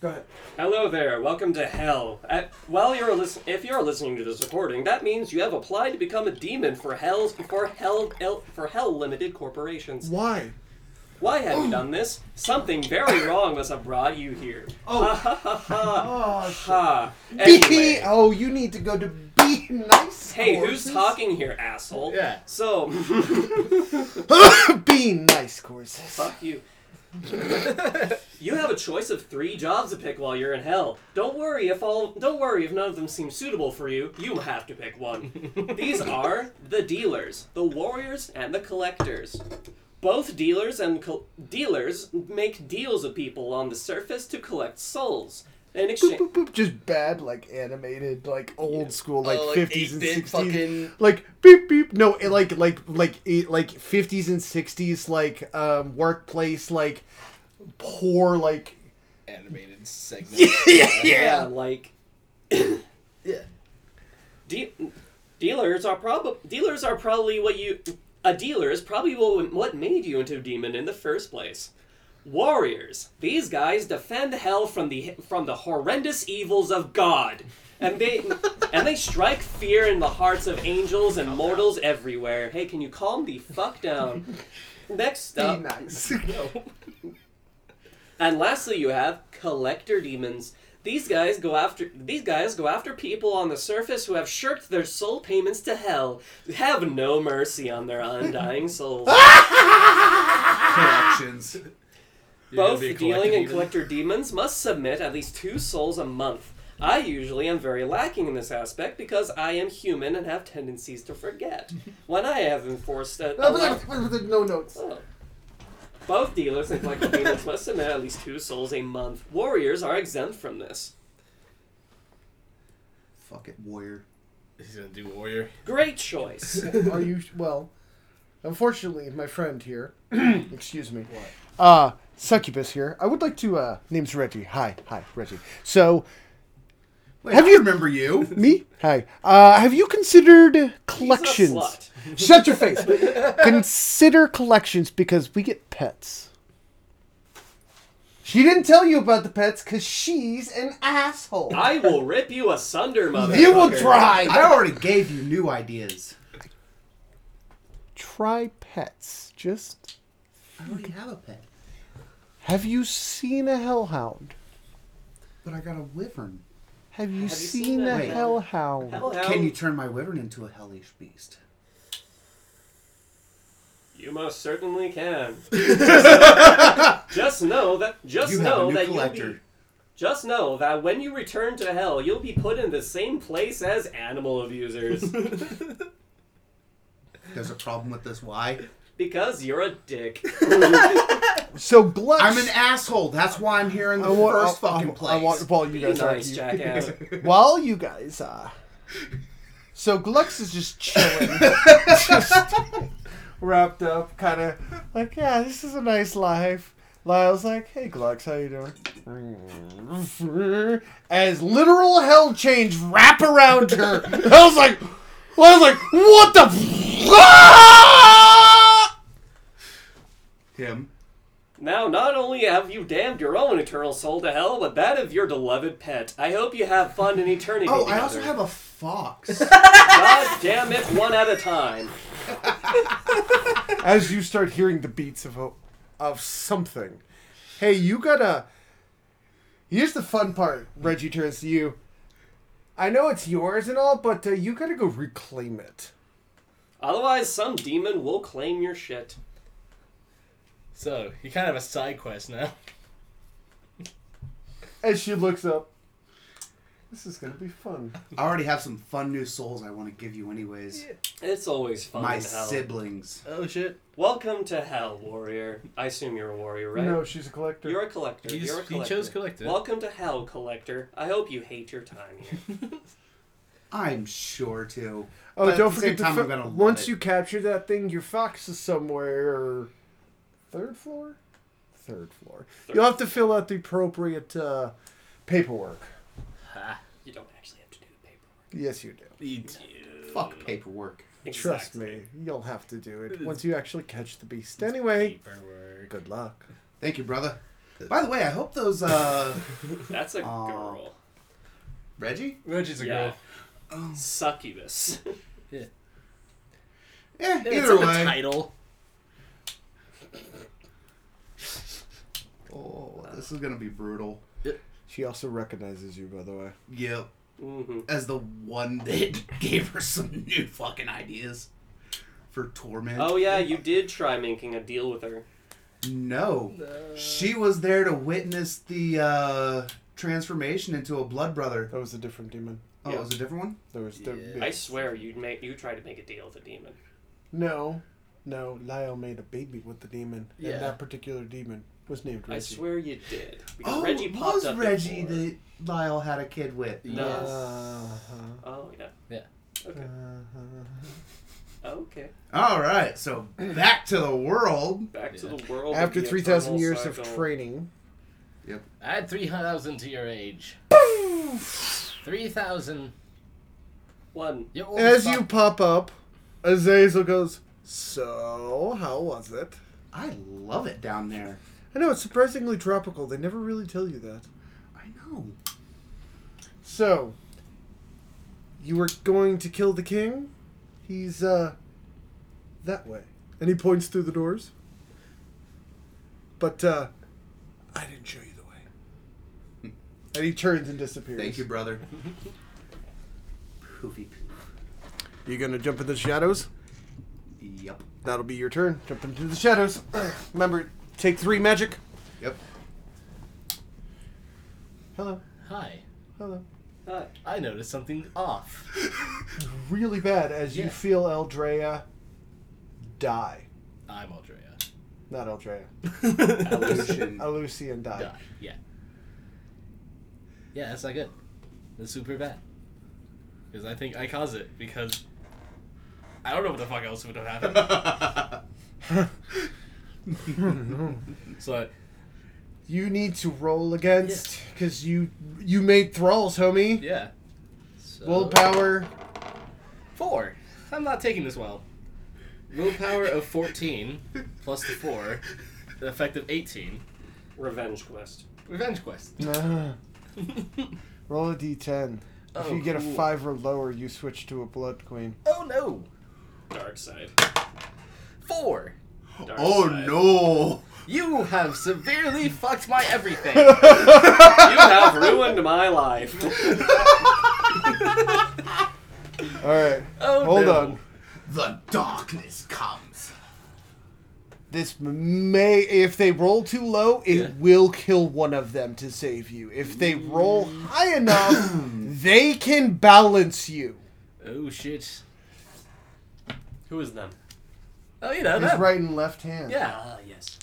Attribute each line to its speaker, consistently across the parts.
Speaker 1: Go ahead.
Speaker 2: Hello there. Welcome to hell. At, while you're listen, if you're listening to this recording, that means you have applied to become a demon for hell's for hell El- for hell limited corporations.
Speaker 1: Why?
Speaker 2: Why have you done this? Something very wrong must have brought you here.
Speaker 1: Oh.
Speaker 2: Ha ha ha ha.
Speaker 1: Oh, shit.
Speaker 2: ha.
Speaker 1: B.
Speaker 2: Anyway,
Speaker 1: Oh, you need to go to B. Nice.
Speaker 2: hey,
Speaker 1: courses.
Speaker 2: who's talking here, asshole?
Speaker 3: Yeah.
Speaker 2: So,
Speaker 1: B. Nice courses.
Speaker 2: fuck you. You have a choice of three jobs to pick while you're in hell. Don't worry if all don't worry if none of them seem suitable for you. You have to pick one. These are the dealers, the warriors, and the collectors. Both dealers and col- dealers make deals with people on the surface to collect souls. In
Speaker 1: Boop,
Speaker 2: exchange,
Speaker 1: boop, boop. Just bad, like animated, like old school, like
Speaker 3: Oh, like
Speaker 1: fifties and
Speaker 3: 8-bit
Speaker 1: sixties,
Speaker 3: fucking-
Speaker 1: like beep beep. No, it, like like like eight, like fifties and sixties, like um workplace, like poor, like
Speaker 3: Animated segment.
Speaker 2: yeah, like
Speaker 3: yeah.
Speaker 2: De- dealers are probably dealers are probably what you a dealer is probably what what made you into a demon in the first place. Warriors. These guys defend hell from the from the horrendous evils of God. And they and they strike fear in the hearts of angels and mortals everywhere. Hey, can you calm the fuck down? Next
Speaker 1: be
Speaker 2: up,
Speaker 1: nice.
Speaker 2: and lastly, you have collector demons. These guys go after these guys go after people on the surface who have shirked their soul payments to hell. Have no mercy on their undying souls.
Speaker 4: Ah.
Speaker 3: Collections. You're gonna
Speaker 2: Both
Speaker 3: be a
Speaker 2: dealing and
Speaker 3: collector
Speaker 2: collector demons must submit at least two souls a month. I usually am very lacking in this aspect because I am human and have tendencies to forget. when I have enforced a, a lack-
Speaker 1: no notes.
Speaker 2: Oh. Both dealers and collector demons must submit at least two souls a month. Warriors are exempt from this.
Speaker 1: Fuck it, warrior.
Speaker 3: He's gonna do warrior.
Speaker 2: Great choice.
Speaker 1: Are you well? Unfortunately, my friend here. excuse me. Uh succubus here. I would like to. uh Name's Reggie. Hi, hi, Reggie. So
Speaker 3: Wait,
Speaker 1: Have
Speaker 3: I
Speaker 1: you-
Speaker 3: remember you?
Speaker 1: me. Hi. Uh, have you considered collections? Shut your face. Consider collections because we get pets. She didn't tell you about the pets because she's an asshole.
Speaker 2: I will rip you asunder, mother.
Speaker 1: you will try.
Speaker 4: I already gave you new ideas.
Speaker 1: try pets. Just
Speaker 4: I already have a pet,
Speaker 1: have you seen a hellhound?
Speaker 4: but I got a wyvern.
Speaker 1: Have you,
Speaker 2: Have you
Speaker 1: seen,
Speaker 2: seen
Speaker 1: a
Speaker 2: that?
Speaker 4: Wait.
Speaker 1: hellhound?
Speaker 2: Hellhound,
Speaker 4: Can you
Speaker 2: you...
Speaker 4: turn my wyvern into a hellish beast?
Speaker 2: most certainly can. just know that. Just
Speaker 4: You have
Speaker 2: know
Speaker 4: a new
Speaker 2: that you'll be.
Speaker 4: collector.
Speaker 2: Just know that when you return to hell, you'll be put in the same place as animal abusers
Speaker 4: There's a problem with this. Why?
Speaker 2: because you're a dick.
Speaker 1: So Glutch.
Speaker 4: I'm an asshole. That's why I'm here in the
Speaker 1: I want-
Speaker 4: first
Speaker 1: I- I-
Speaker 4: fucking place.
Speaker 1: I want while you
Speaker 2: Be
Speaker 1: guys
Speaker 2: nice,
Speaker 1: argue.
Speaker 2: jackass.
Speaker 1: While you guys uh So Glux is just chilling. just wrapped up, kinda like, yeah, this is a nice life. Lyle's like, hey Glux, how you doing? As literal hell chains wrap around her. I was like I was like, what the f-
Speaker 4: him.
Speaker 2: Now, not only have you damned your own eternal soul to hell, but that of your beloved pet. I hope you have fun in eternity.
Speaker 4: Oh, I
Speaker 2: together.
Speaker 4: also have a fox.
Speaker 2: God damn it, one at a time.
Speaker 1: as you start hearing the beats of a, of something. Hey, you gotta. Here's the fun part. Reggie turns to you. I know it's yours and all, but uh, you gotta go reclaim it.
Speaker 2: Otherwise, some demon will claim your shit.
Speaker 3: So you kind of have a side quest now.
Speaker 1: As she looks up, this is gonna be fun.
Speaker 4: I already have some fun new souls I want to give you, anyways.
Speaker 2: It's always fun
Speaker 4: My
Speaker 2: in hell.
Speaker 4: siblings.
Speaker 3: Oh shit!
Speaker 2: Welcome to hell, warrior. I assume you're a warrior, right?
Speaker 1: No, she's a collector.
Speaker 2: You're a collector.
Speaker 3: You,
Speaker 2: are a
Speaker 3: just, you
Speaker 2: collector.
Speaker 3: chose collector.
Speaker 2: Welcome to hell, collector. I hope you hate your time here.
Speaker 4: I'm sure to.
Speaker 1: oh,
Speaker 4: But at
Speaker 1: don't
Speaker 4: the
Speaker 1: forget
Speaker 4: same time,
Speaker 1: to
Speaker 4: I'm gonna love
Speaker 1: once
Speaker 4: it.
Speaker 1: you capture that thing, your fox is somewhere third floor. Third floor. you You'll have to fill out the appropriate uh, paperwork.
Speaker 2: you don't actually have to do the paperwork.
Speaker 1: Yes, you do.
Speaker 4: Fuck paperwork.
Speaker 1: Trust me, you'll have to do it once you actually catch the beast. Anyway,
Speaker 3: Paperwork.
Speaker 1: good luck.
Speaker 4: Thank you, brother. By the way, I hope those uh
Speaker 2: That's a
Speaker 4: Aw.
Speaker 2: girl.
Speaker 4: Reggie?
Speaker 3: Reggie's a
Speaker 2: Yeah.
Speaker 3: girl.
Speaker 2: Succubus.
Speaker 4: Yeah,
Speaker 3: It's
Speaker 4: either
Speaker 3: in the
Speaker 4: way.
Speaker 3: title.
Speaker 4: Oh, this is gonna be brutal.
Speaker 1: She also recognizes you, by the way.
Speaker 4: Yep.
Speaker 2: Mm-hmm.
Speaker 4: As the one that gave her some new fucking ideas for torment.
Speaker 2: Oh yeah, you did try making a deal with her.
Speaker 4: No. She was there to witness the uh transformation into a blood brother.
Speaker 1: That was a different demon.
Speaker 4: Oh,
Speaker 2: Yeah.
Speaker 4: it was a different one?
Speaker 1: There was
Speaker 3: Yeah.
Speaker 1: the,
Speaker 2: I swear you make you tried to make a deal with a demon.
Speaker 1: no, no. Lyle made a baby with the demon,
Speaker 3: Yeah.
Speaker 1: and that particular demon was named Reggie.
Speaker 2: I swear you did. Because
Speaker 4: Oh,
Speaker 2: Reggie
Speaker 4: it
Speaker 2: popped
Speaker 4: was
Speaker 2: up
Speaker 4: Reggie
Speaker 2: before.
Speaker 4: that Lyle had a kid with.
Speaker 2: No.
Speaker 1: Uh-huh.
Speaker 2: Oh yeah.
Speaker 3: Yeah.
Speaker 2: Okay.
Speaker 1: Uh-huh.
Speaker 2: Okay.
Speaker 4: All right, so back to the world.
Speaker 2: Back to
Speaker 3: Yeah.
Speaker 2: the world.
Speaker 1: After
Speaker 2: of the
Speaker 1: three thousand
Speaker 2: eternal
Speaker 1: years of
Speaker 2: cycle.
Speaker 1: training,
Speaker 3: Add 3,000 to your age. 3,000.
Speaker 2: One.
Speaker 3: You're old
Speaker 1: as
Speaker 3: fuck.
Speaker 1: you pop up, Azazel goes. So, how was it?
Speaker 4: I love it down there.
Speaker 1: I know it's surprisingly tropical. They never really tell you that.
Speaker 4: I know.
Speaker 1: So, you were going to kill the king? He's, uh, that way. And he points through the doors. But, uh, I didn't show you the way. And he turns and disappears.
Speaker 4: Thank you, brother. Poofy.
Speaker 1: You gonna jump into the shadows?
Speaker 4: Yep.
Speaker 1: That'll be your turn. Jump into the shadows. Remember, take three magic.
Speaker 4: Yep.
Speaker 1: Hello.
Speaker 3: Hi.
Speaker 1: Hello.
Speaker 2: Hi.
Speaker 3: I noticed something off.
Speaker 1: Really bad as you
Speaker 3: Yeah.
Speaker 1: feel Eldrea die.
Speaker 3: I'm Aldrea.
Speaker 1: Not Eldrea.
Speaker 4: Evolution.
Speaker 1: Alucian die.
Speaker 3: Die. Yeah. Yeah, that's not good. That's super bad. Because I think I caused it because I don't know what the fuck else would have happened.
Speaker 4: Oh,
Speaker 3: so
Speaker 1: You need to roll against because you you made thralls, homie.
Speaker 3: yeah. So,
Speaker 1: Willpower.
Speaker 3: four. I'm not taking this well. Willpower of fourteen plus the four, the effect of eighteen.
Speaker 2: Revenge quest.
Speaker 3: Revenge quest.
Speaker 1: Nah. roll a d10. if
Speaker 3: Oh,
Speaker 1: you get
Speaker 3: cool.
Speaker 1: a five or lower, you switch to a blood queen.
Speaker 3: oh no!
Speaker 2: Dark side.
Speaker 3: Four.
Speaker 2: Dark
Speaker 4: oh
Speaker 2: side.
Speaker 4: no!
Speaker 3: You have severely fucked my everything.
Speaker 2: You have ruined my life.
Speaker 1: All right,
Speaker 3: Oh
Speaker 1: hold
Speaker 3: no.
Speaker 1: on.
Speaker 4: The darkness comes.
Speaker 1: This may, if they roll too low, it
Speaker 3: Yeah.
Speaker 1: will kill one of them to save you. If they roll
Speaker 3: Mm.
Speaker 1: high enough, they can balance you.
Speaker 3: Oh shit.
Speaker 2: Who is them?
Speaker 3: Oh, you know
Speaker 1: His
Speaker 3: that.
Speaker 1: right and left hand.
Speaker 3: Yeah.
Speaker 2: Ah yes.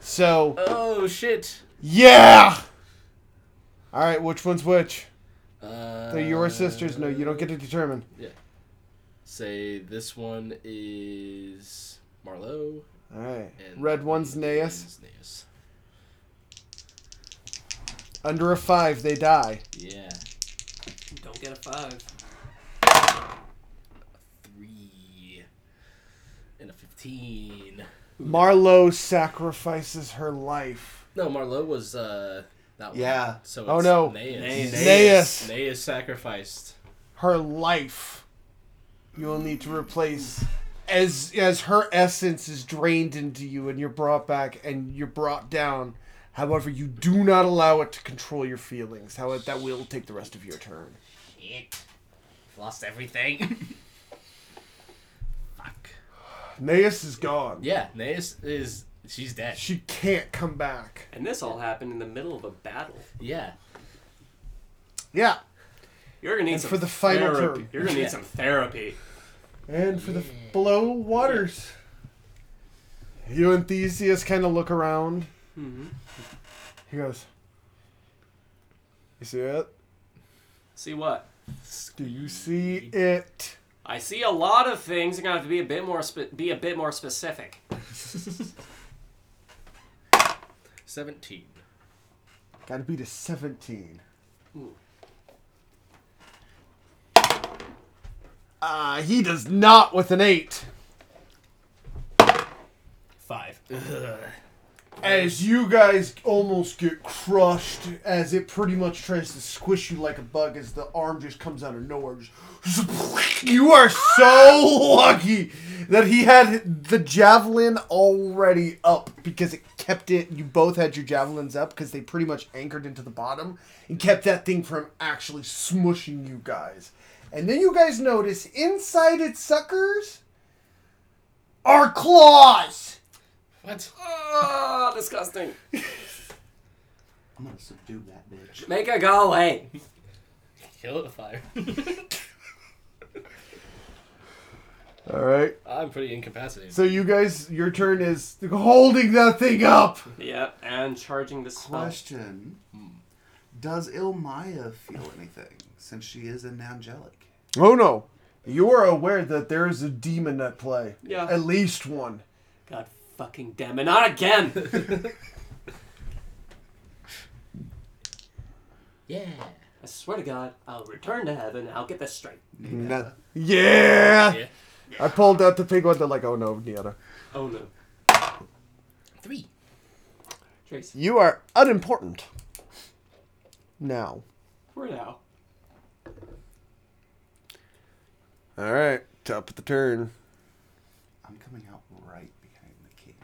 Speaker 1: So,
Speaker 3: Oh shit.
Speaker 1: yeah. All right, which one's which?
Speaker 3: Uh,
Speaker 1: They're your sisters. No, you don't get to determine.
Speaker 3: Say this one is Marlowe.
Speaker 1: All right.
Speaker 3: And
Speaker 1: Red one's Naeus.
Speaker 3: is Naeus.
Speaker 1: Under a five, they die.
Speaker 3: Yeah.
Speaker 2: Don't get a five.
Speaker 3: Three. And a fifteen.
Speaker 1: Marlowe sacrifices her life.
Speaker 3: No, Marlowe was uh that one.
Speaker 4: Yeah.
Speaker 3: So it's
Speaker 1: Oh, no.
Speaker 3: Naeus.
Speaker 2: Naeus.
Speaker 1: Naeus.
Speaker 3: Naeus sacrificed.
Speaker 1: Her life. You will need to replace as as her essence is drained into you and you're brought back and you're brought down. However, you do not allow it to control your feelings. However, that will take the rest of your turn.
Speaker 3: Shit. Lost everything. Fuck.
Speaker 1: Naeus is gone.
Speaker 3: Yeah, Naeus is she's dead.
Speaker 1: She can't come back.
Speaker 2: And this all happened in the middle of a battle.
Speaker 3: Yeah.
Speaker 1: Yeah.
Speaker 2: You're gonna need
Speaker 1: And
Speaker 2: some
Speaker 1: for the final
Speaker 2: therapy.
Speaker 1: term.
Speaker 2: You're gonna need
Speaker 3: Yeah.
Speaker 2: some therapy.
Speaker 1: And for the below waters. You and Theseus kind of look around.
Speaker 2: Mhm.
Speaker 1: He goes, You see it?
Speaker 2: See what?
Speaker 1: Do you see it?
Speaker 2: I see a lot of things. You're gonna have to be a bit more spe- be a bit more specific.
Speaker 3: Seventeen.
Speaker 1: Gotta beat a 17.
Speaker 2: Ooh.
Speaker 1: Uh, he does not with an 8.
Speaker 2: Five.
Speaker 1: And As you guys almost get crushed, as it pretty much tries to squish you like a bug, as the arm just comes out of nowhere. Just you are so lucky that he had the javelin already up because it kept it. You both had your javelins up because they pretty much anchored into the bottom and kept that thing from actually smushing you guys. And then you guys notice inside its suckers are claws.
Speaker 3: What? Ah.
Speaker 2: Oh, disgusting.
Speaker 4: I'm gonna subdue that bitch.
Speaker 2: Make her go away.
Speaker 3: Kill it with fire.
Speaker 1: All right.
Speaker 3: I'm pretty incapacitated.
Speaker 1: So you guys, your turn is holding that thing up.
Speaker 2: yeah, and charging the spell.
Speaker 4: Question: Does Ilmaya feel anything since she is an angelic?
Speaker 1: Oh no, you are aware that there is a demon at play.
Speaker 2: Yeah.
Speaker 1: At least one.
Speaker 2: God fucking damn it, not again.
Speaker 3: Yeah.
Speaker 2: I swear to God, I'll return to heaven. I'll get this straight.
Speaker 1: Yeah. Yeah.
Speaker 3: Yeah.
Speaker 1: I pulled out the big one. They're like, oh no, Nieta.
Speaker 2: Oh no,
Speaker 3: Three.
Speaker 2: Trace,
Speaker 1: You are unimportant. Now.
Speaker 2: for now.
Speaker 1: All right. Top of the turn.
Speaker 4: I'm coming out right behind the king.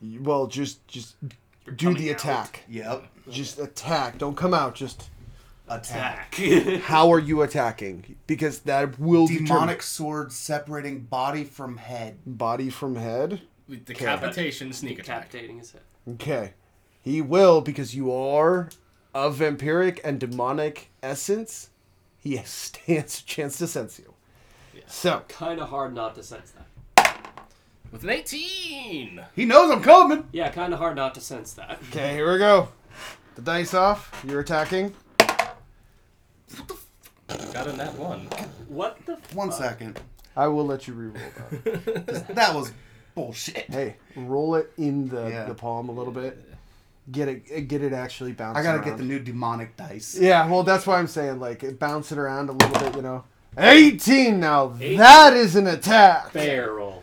Speaker 1: You- Well, just just do
Speaker 2: coming
Speaker 1: the
Speaker 2: out.
Speaker 1: attack.
Speaker 4: Yep.
Speaker 1: Just attack. Don't come out. Just
Speaker 4: Attack.
Speaker 1: how are you attacking? Because that will
Speaker 4: Demonic sword separating body from head.
Speaker 1: determine body from head.
Speaker 3: With Decapitation sneak attack.
Speaker 2: Decapitating his head.
Speaker 1: Okay. He will because you are of vampiric and demonic essence. He stands a chance to sense you. So,
Speaker 2: Kind of hard not to sense that.
Speaker 3: With an 18!
Speaker 4: He knows I'm coming.
Speaker 2: Yeah, kind of hard not to sense that.
Speaker 1: okay, here we go. The dice off. You're attacking.
Speaker 3: Got in that one.
Speaker 2: What the?
Speaker 4: One second.
Speaker 1: I will let you reroll that.
Speaker 4: That was bullshit.
Speaker 1: hey, roll it in the,
Speaker 4: Yeah.
Speaker 1: the palm a little bit. Get it get it actually bouncing.
Speaker 4: I gotta get
Speaker 1: around.
Speaker 4: the new demonic dice.
Speaker 1: Yeah, well, that's why I'm saying like it bounce it around a little bit, you know. 18 now. That is an attack.
Speaker 2: Bear roll.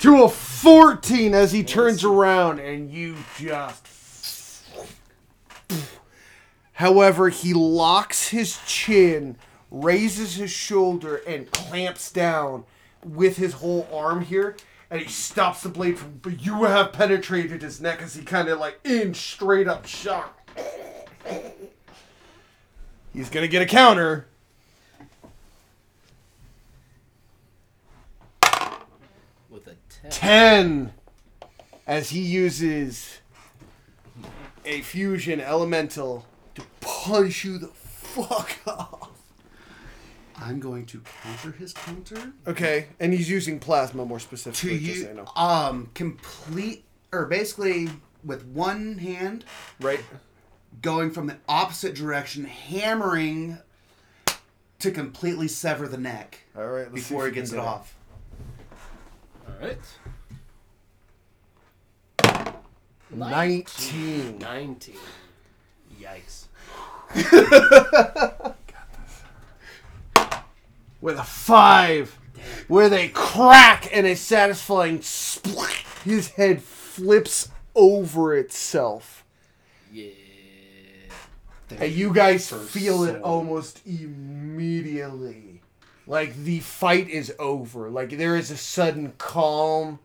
Speaker 1: to a 14 as he turns around and you just however he locks his chin raises his shoulder and clamps down with his whole arm here and he stops the blade from but you have penetrated his neck as he kind of like in straight up shock he's gonna get a counter
Speaker 3: With a 10.
Speaker 1: 10 as he uses a fusion elemental to punch you the fuck off.
Speaker 4: I'm going to counter his counter
Speaker 1: Okay, and he's using plasma more
Speaker 4: to
Speaker 1: specifically. just so you
Speaker 4: you.
Speaker 1: know.
Speaker 4: Um, complete or basically with one hand
Speaker 1: Right?
Speaker 4: going from the opposite direction, hammering to completely sever the neck
Speaker 1: All right, let's see
Speaker 4: before he
Speaker 1: if we
Speaker 4: gets
Speaker 1: can
Speaker 4: it
Speaker 1: get
Speaker 4: off.
Speaker 3: Alright.
Speaker 1: 19.
Speaker 2: 19. Yikes.
Speaker 1: With a 5. With a crack and a satisfying splat, his head flips over itself.
Speaker 3: Yeah.
Speaker 1: And you guys
Speaker 4: For
Speaker 1: feel it
Speaker 4: so-
Speaker 1: almost immediately. Like the fight is over. Like there is a sudden calm.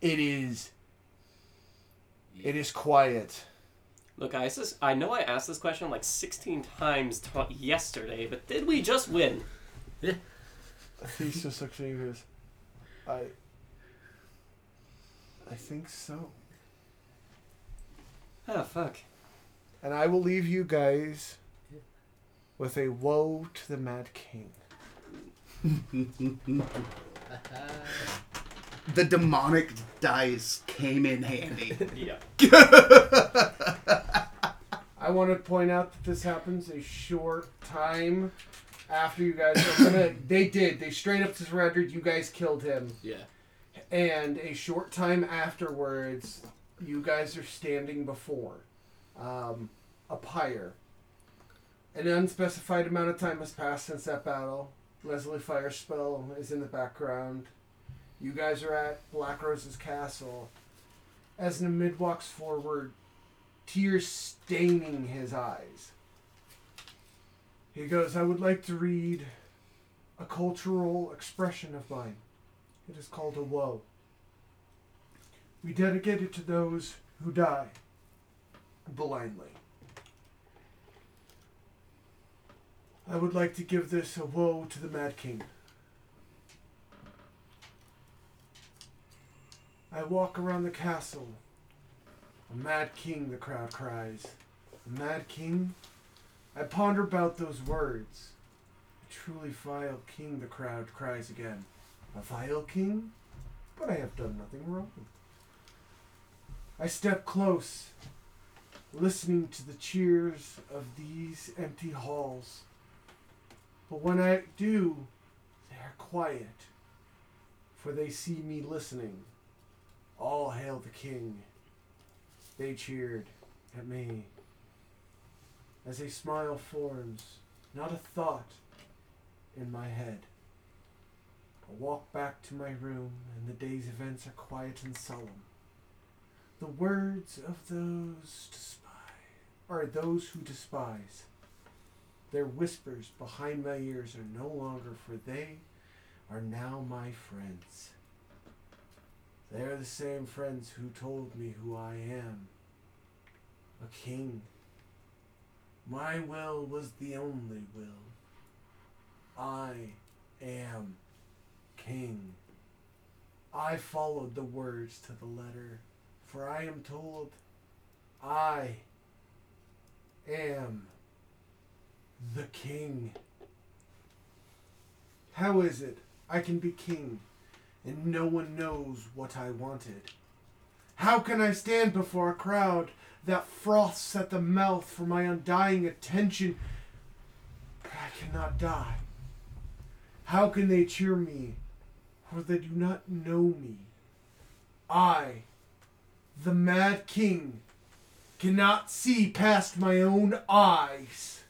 Speaker 1: It is. It is quiet.
Speaker 2: Look, I, sus- I know I asked this question like 16 times t- yesterday, but did we just win?
Speaker 1: He's just looking at his. I. I think so.
Speaker 2: Oh, fuck.
Speaker 1: And I will leave you guys with a woe to the Mad King.
Speaker 4: The demonic dice came in handy.
Speaker 2: Yeah.
Speaker 1: I want to point out that this happens a short time after you guys open it. They did. They straight up surrendered. You guys killed him.
Speaker 3: Yeah.
Speaker 1: And a short time afterwards, you guys are standing before um, a pyre. An unspecified amount of time has passed since that battle. Leslie Fire spell is in the background. You guys are at Black Rose's castle, as Namid walks forward, tears staining his eyes. He goes, I would like to read a cultural expression of mine. It is called a woe. We dedicate it to those who die blindly. I would like to give this a woe to the Mad King. I walk around the castle. A mad king, the crowd cries. A mad king? I ponder about those words. A truly vile king, the crowd cries again. A vile king? But I have done nothing wrong. I step close, listening to the cheers of these empty halls. But when I do, they are quiet, for they see me listening. All hail the king. They cheered at me. As a smile forms, not a thought, in my head. I walk back to my room, and the day's events are quiet and solemn. The words of those despise are those who despise. Their whispers behind my ears are no longer, for they are now my friends. They are the same friends who told me who I am a king. My will was the only will. I am king. I followed the words to the letter, for I am told I am the king. How is it I can be king and no one knows what I wanted? How can I stand before a crowd that froths at the mouth for my undying attention? But I cannot die. How can they cheer me, for they do not know me? I, the mad king, cannot see past my own eyes.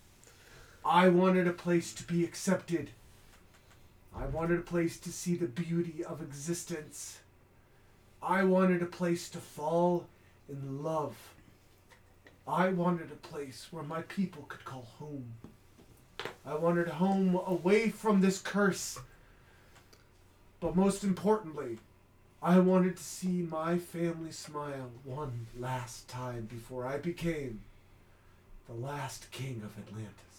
Speaker 1: I wanted a place to be accepted. I wanted a place to see the beauty of existence. I wanted a place to fall in love. I wanted a place where my people could call home. I wanted a home away from this curse. But most importantly, I wanted to see my family smile one last time before I became the last king of Atlantis.